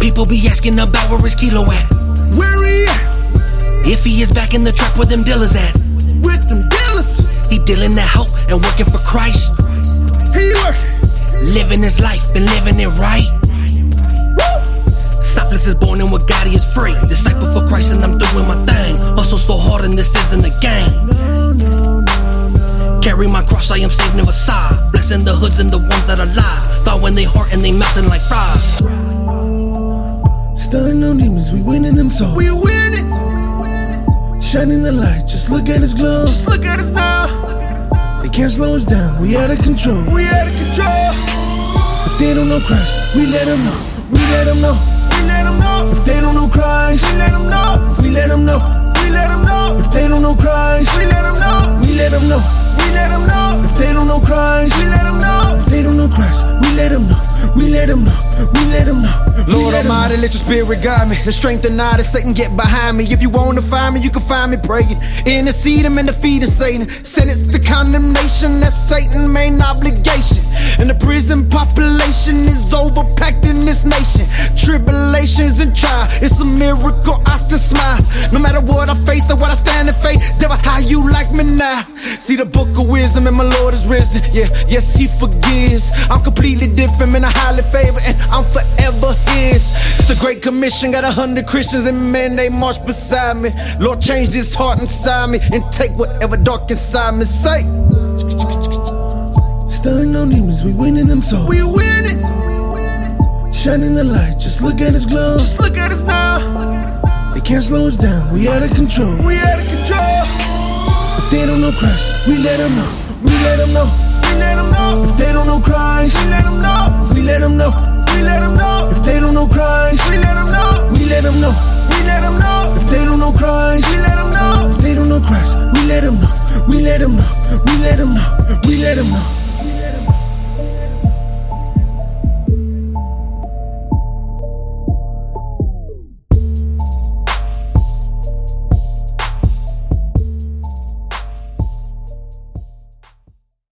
People be asking about where his kilo at. Where he at? If he is back in the trap where them dealers at. With them dealers. He dealing that hope and working for Christ. He working. Living his life and living it right. Woo! Selfless is born and what God he is free. Disciple for Christ and I'm doing my thing. Hustle so hard and this isn't a game. Carry my cross, I am saved, never sigh. Blessing the hoods and the ones that are lies. Thawing they heart and they melting like fries. Stunning on demons, we winning them souls. We winning. Shining the light, just look at his glow. Just look at us now. They can't slow us down, we out of control. We out of control. If they don't know Christ, we let them know. We let them know. We let 'em know. If they don't know Christ, We let 'em know. we let them know. We let 'em know. If they don't know Christ, We let 'em know. we let them know. We let 'em know. If they don't know Christ, We let 'em know. if they don't know Christ, we let them know. We let them know. We let them know. We Lord let 'em know. Almighty, let your spirit guide me. The strength and I that Satan get behind me. If you want to find me, you can find me praying. Intercede him and defeat of Satan. Sentence to condemnation. That's Satan's main obligation. And the prison population is overpacked in this nation. Tribulations and trial. It's a miracle. I still smile. No matter what I face or what I stand in faith, devil, how you like me now? See the book of wisdom and my Lord is risen. Yeah, yes, he forgives. I'm completely different, man. I highly favor and I'm forever his. The Great Commission got a hundred Christians and men, they march beside me. Lord, change this heart inside me and take whatever dark inside me. Say, Stunning on demons, we winning them souls. We winning. Shining the light, just look at his glow. Just look at us now. They can't slow us down, we out of control. We out of control. If they don't know Christ, we let them know. We let them know. We let 'em know. If they don't know Christ, We let 'em know. we let them know. We let 'em know. If they don't know Christ, We let 'em know. we let them know. We let 'em know. If they don't know Christ, We let 'em know. if they don't know Christ, we let them know. We let them know. We let them know. We let them know.